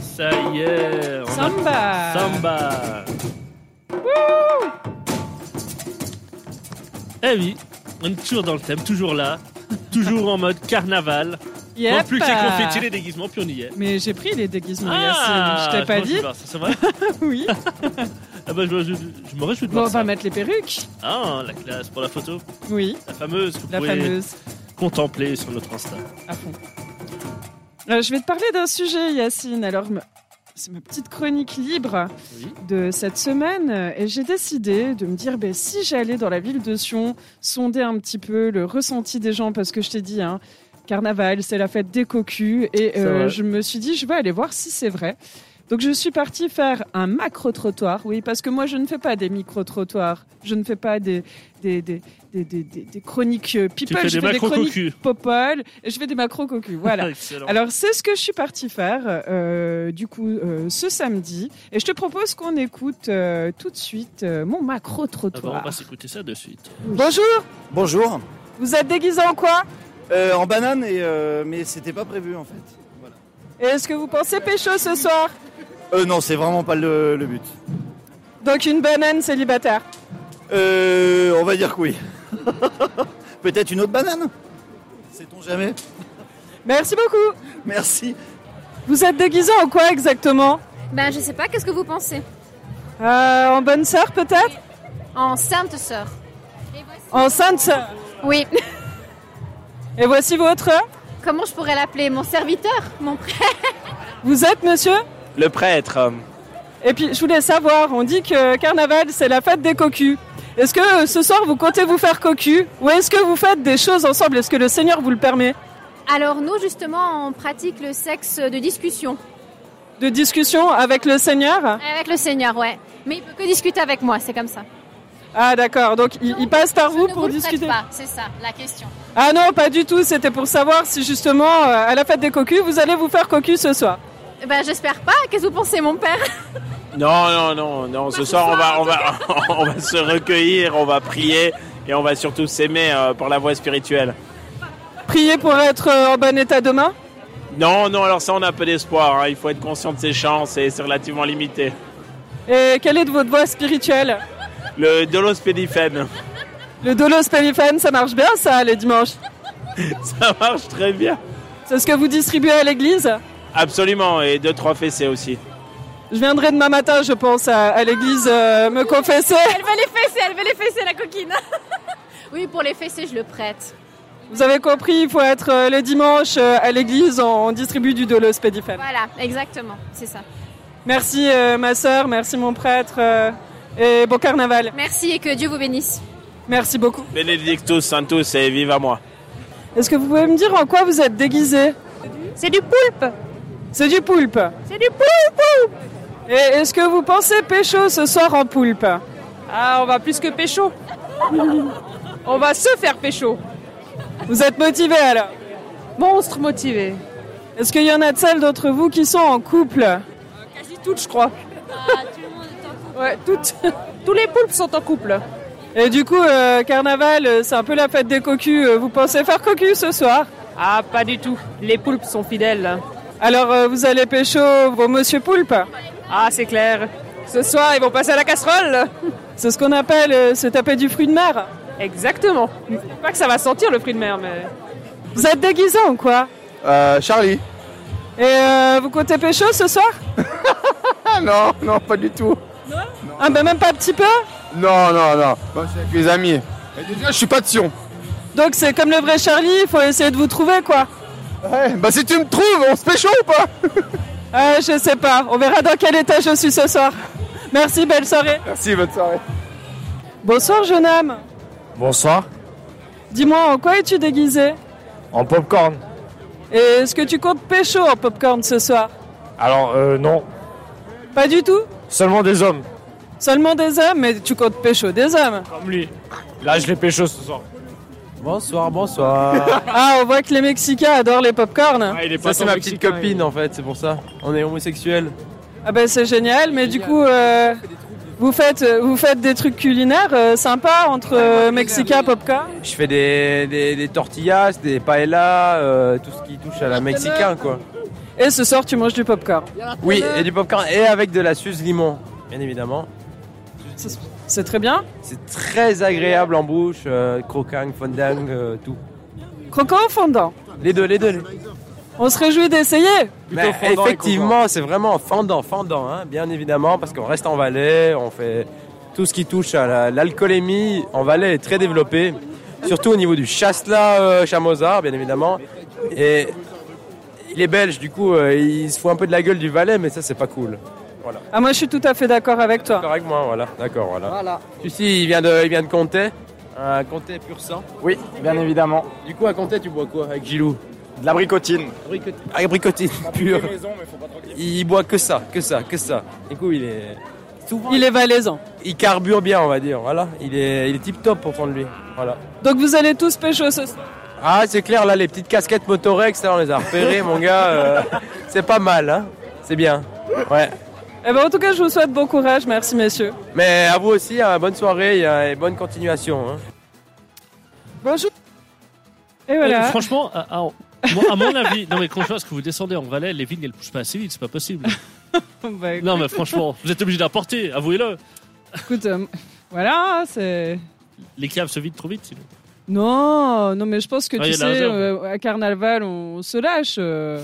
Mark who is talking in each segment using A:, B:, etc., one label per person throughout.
A: Ça y est. on a-
B: Samba.
A: Samba. Eh oui, on est toujours dans le thème, toujours là, toujours en mode carnaval.
B: Yep.
A: Non plus que les confettis, les déguisements, puis on y est.
B: Mais j'ai pris les déguisements,
A: Ah,
B: Yacine. Je t'ai pas
A: pense que
B: dit
A: c'est ça, C'est vrai
B: Oui.
A: Ah bah je, je- je me réjouis de
B: Bon,
A: voir
B: on
A: ça.
B: va mettre les perruques.
A: Ah, la classe pour la photo,
B: Oui,
A: la fameuse que vous
B: la
A: pouvez
B: fameuse.
A: contempler sur notre Insta.
B: À fond. Euh, je vais te parler d'un sujet, Yacine. Alors, me- c'est ma petite chronique libre
A: Oui.
B: de cette semaine. euh, Et j'ai décidé de me dire, ben, si j'allais dans la ville de Sion, sonder un petit peu le ressenti des gens, parce que je t'ai dit, hein, carnaval, c'est la fête des cocus. Et
A: C'est
B: euh,
A: vrai.
B: je me suis dit, je vais aller voir si c'est vrai. Donc je suis partie faire un macro-trottoir, oui, parce que moi je ne fais pas des micro-trottoirs, je ne fais pas des, des, des, des, des, des- des chroniques euh, people,
A: Tu fais
B: je
A: des
B: fais des chroniques
A: macro-cocus.
B: popole et je fais des macros cocus. Voilà.
A: Excellent. Ah
B: Alors c'est ce que je suis partie faire euh, du coup euh, ce samedi et je te propose qu'on écoute euh, tout de suite euh, mon macro
A: Ah bah, on
B: trottoir.
A: va s'écouter ça de suite.
B: Bonjour,
C: Bonjour.
B: vous êtes déguisé en quoi
C: Euh, en banane, et, euh, mais c'était pas prévu en fait. Voilà.
B: Et Est-ce que vous pensez pécho ce soir
C: Euh, non, c'est vraiment pas le, le but.
B: Donc une banane célibataire.
C: Euh, on va dire que oui. Peut-être une autre banane Sait-on jamais
B: Merci beaucoup.
C: Merci.
B: Vous êtes déguisé en quoi exactement
D: Ben, je sais pas, qu'est-ce que vous pensez
B: Euh, En bonne sœur peut-être
D: En sainte sœur.
B: En sainte sœur.
D: Oui.
B: Et voici votre.
D: Comment je pourrais l'appeler Mon serviteur Mon prêtre
B: Vous êtes monsieur
E: Le prêtre.
B: Et puis, je voulais savoir, on dit que carnaval, c'est la fête des cocus. Est-ce que euh, ce soir, vous comptez vous faire cocu Ou est-ce que vous faites des choses ensemble Est-ce que le Seigneur vous le permet
D: Alors, nous, justement, on pratique le sexe de discussion.
B: De discussion avec le Seigneur
D: Avec le Seigneur, ouais. Mais il peut que discuter avec moi, c'est comme ça.
B: Ah, d'accord. Donc, il, il passe par vous
D: je ne
B: pour
D: vous le prête
B: discuter
D: pas, c'est ça, la question.
B: Ah non, pas du tout. C'était pour savoir si, justement, euh, à la fête des cocus, vous allez vous faire cocu ce soir.
D: Eh Ben, j'espère pas. Qu'est-ce que vous pensez, mon père
E: Non, non, non, non. Bah, Ce soir, on va, on va, on va se recueillir, on va prier et on va surtout s'aimer euh, pour la voie spirituelle.
B: Priez pour être euh, en bon état demain
E: Non, non. Alors ça, on a peu d'espoir. hein. Il faut être conscient de ses chances et c'est relativement limité.
B: Et quelle est de votre voix spirituelle
E: Le dolospédifène,
B: Le dolos Pelifan, ça marche bien, ça, les dimanches
E: ça marche très bien.
B: C'est ce que vous distribuez à l'église
E: Absolument. Et deux, trois fessées aussi.
B: Je viendrai demain matin, je pense, à, à l'église euh, me confesser.
D: Elle veut les fesser, elle veut les fesser, la coquine. oui, pour les fesser, je le prête.
B: Vous avez compris, il faut être euh, le dimanche euh, à l'église, on, on distribue du dolos pédifène.
D: Voilà, exactement, c'est ça.
B: Merci euh, ma sœur, merci mon prêtre euh, et bon carnaval.
D: Merci et que Dieu vous bénisse.
B: Merci beaucoup.
E: Benedictus Sanctus et vive à moi.
B: Est-ce que vous pouvez me dire en quoi vous êtes déguisé
F: C'est du poulpe.
B: C'est du poulpe.
F: C'est du poulpe.
B: Et est-ce que vous pensez pécho ce soir en poulpe
F: Ah, on va plus que pécho. on va se faire pécho.
B: Vous êtes motivé alors
F: Monstre motivé.
B: Est-ce qu'il y en a de celles d'entre vous qui sont en couple
F: Euh, Quasi toutes, je crois. Ouais, toutes. Tous les poulpes sont en couple.
B: Et du coup, euh, carnaval, euh, c'est un peu la fête des cocus. euh, Vous pensez faire cocu ce soir
F: Ah, pas du tout. Les poulpes sont fidèles.
B: Alors euh, vous allez pécho vos monsieur poulpe.
F: Ah, c'est clair. Ce soir, ils vont passer à la casserole.
B: C'est ce qu'on appelle euh, se taper du fruit de mer.
F: Exactement. Pas que ça va sentir le fruit de mer, mais.
B: Vous êtes déguisé en quoi
C: Euh, Charlie
B: Et euh, vous comptez pécho ce soir
C: Ah non, non, pas du tout.
B: Ah ben même pas un petit peu
C: Non, non, non. Moi, je suis Bah, avec les amis. Et déjà, je suis pas de Sion.
B: Donc c'est comme le vrai Charlie, il faut essayer de vous trouver quoi.
C: Ouais, bah si tu me trouves, on se pécho ou pas
B: Euh, je sais pas, on verra dans quel état je suis ce soir. Merci, belle soirée.
C: Merci, bonne soirée.
B: Bonsoir jeune homme.
G: Bonsoir,
B: Dis-moi en quoi es-tu déguisé
G: en popcorn.
B: Et est-ce que tu comptes pécho en popcorn ce soir
G: Alors, euh, non,
B: Pas du tout
G: seulement des hommes.
B: Seulement des hommes, mais tu comptes pécho des hommes.
G: Comme lui. Là, je les pécho ce soir.
H: Bonsoir, bonsoir.
B: Ah, on voit que les Mexicains adorent les popcorns.
E: Ah, il est
H: Ça, c'est ma petite copine en fait, c'est pour ça. On est homosexuels.
B: Ah bah c'est génial, mais du coup, euh, vous, faites, euh, vous faites des trucs culinaires euh, sympas entre euh, Mexicain, popcorn.
H: Je fais des, des, des tortillas, des paellas, euh, tout ce qui touche à la mexicain quoi.
B: Et ce soir, tu manges du popcorn.
H: Oui, et du popcorn et avec de la suze limon, bien évidemment.
B: C'est très bien.
H: C'est très agréable en bouche, euh, croquant, fondant, euh, tout.
B: Croquant ou fondant
H: Les deux, les deux.
B: On se réjouit d'essayer.
H: Mais effectivement, c'est vraiment fendant, fendant, hein, bien évidemment, parce qu'on reste en Valais, on fait tout ce qui touche à la- l'alcoolémie en Valais est très développé, surtout au niveau du chasselas euh, chamozard, bien évidemment. Et les Belges, du coup, euh, ils se font un peu de la gueule du Valais, mais ça, c'est pas cool.
B: Ah, moi, je suis tout à fait d'accord avec toi.
H: D'accord avec moi, voilà. D'accord, voilà. Tu sais, il vient de, il vient de Comté. Un Comté pur sang.
I: Oui, bien évidemment.
H: Du coup, à Comté, tu bois quoi avec Gilou
I: De la bricotine.
H: Agricotine pure. Il boit que ça, que ça, que ça. Du coup, il est. Souvent,
B: Il
H: il,
B: est valaisan.
H: il carbure bien, on va dire. Voilà, il est, il est tip top pour prendre lui. Voilà.
B: Donc, vous allez tous pécho ce soir.
H: Ah, c'est clair, là, les petites casquettes motorex, là, on les a repérées, mon gars. euh, c'est pas mal, hein. C'est bien. Ouais.
B: Eh ben, en tout cas, je vous souhaite bon courage. Merci, messieurs.
H: Mais à vous aussi, hein, bonne soirée et bonne continuation. hein.
B: Bonjour. Et
A: Euh,
B: voilà.
A: franchement, à, à- moi, à mon avis, non mais franchement, est-ce que vous descendez en Valais, les vignes elles poussent pas assez vite, c'est pas possible.
B: Bah,
A: Non mais franchement, vous êtes obligé d'apporter, avouez-le.
B: écoute, euh, voilà, c'est.
A: Les caves se vident trop vite. sinon.
B: Non, non, mais je pense que
A: Ah,
B: tu
A: il y a la
B: sais,
A: réserve.
B: euh, à Carnaval, on se lâche. euh,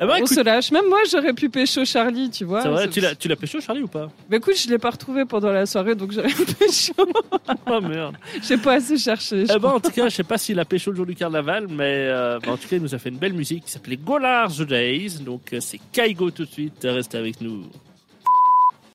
A: Eh ben,
B: on
A: écoute,
B: se lâche. Même moi, j'aurais pu pécho Charlie, tu vois.
A: c'est vrai,
B: C'est-
A: tu l'as, tu l'as pêché Charlie ou pas
B: Bah écoute, je l'ai pas retrouvé pendant la soirée, donc j'aurais pécho.
A: Oh merde.
B: J'ai pas assez cherché. je
A: Eh ben, en tout cas, je sais pas s'il a pêché le jour du carnaval, mais euh, ben, en tout cas, il nous a fait une belle musique qui s'appelait Golar The Days. Donc, euh, c'est Kaigo tout de suite. Restez avec nous.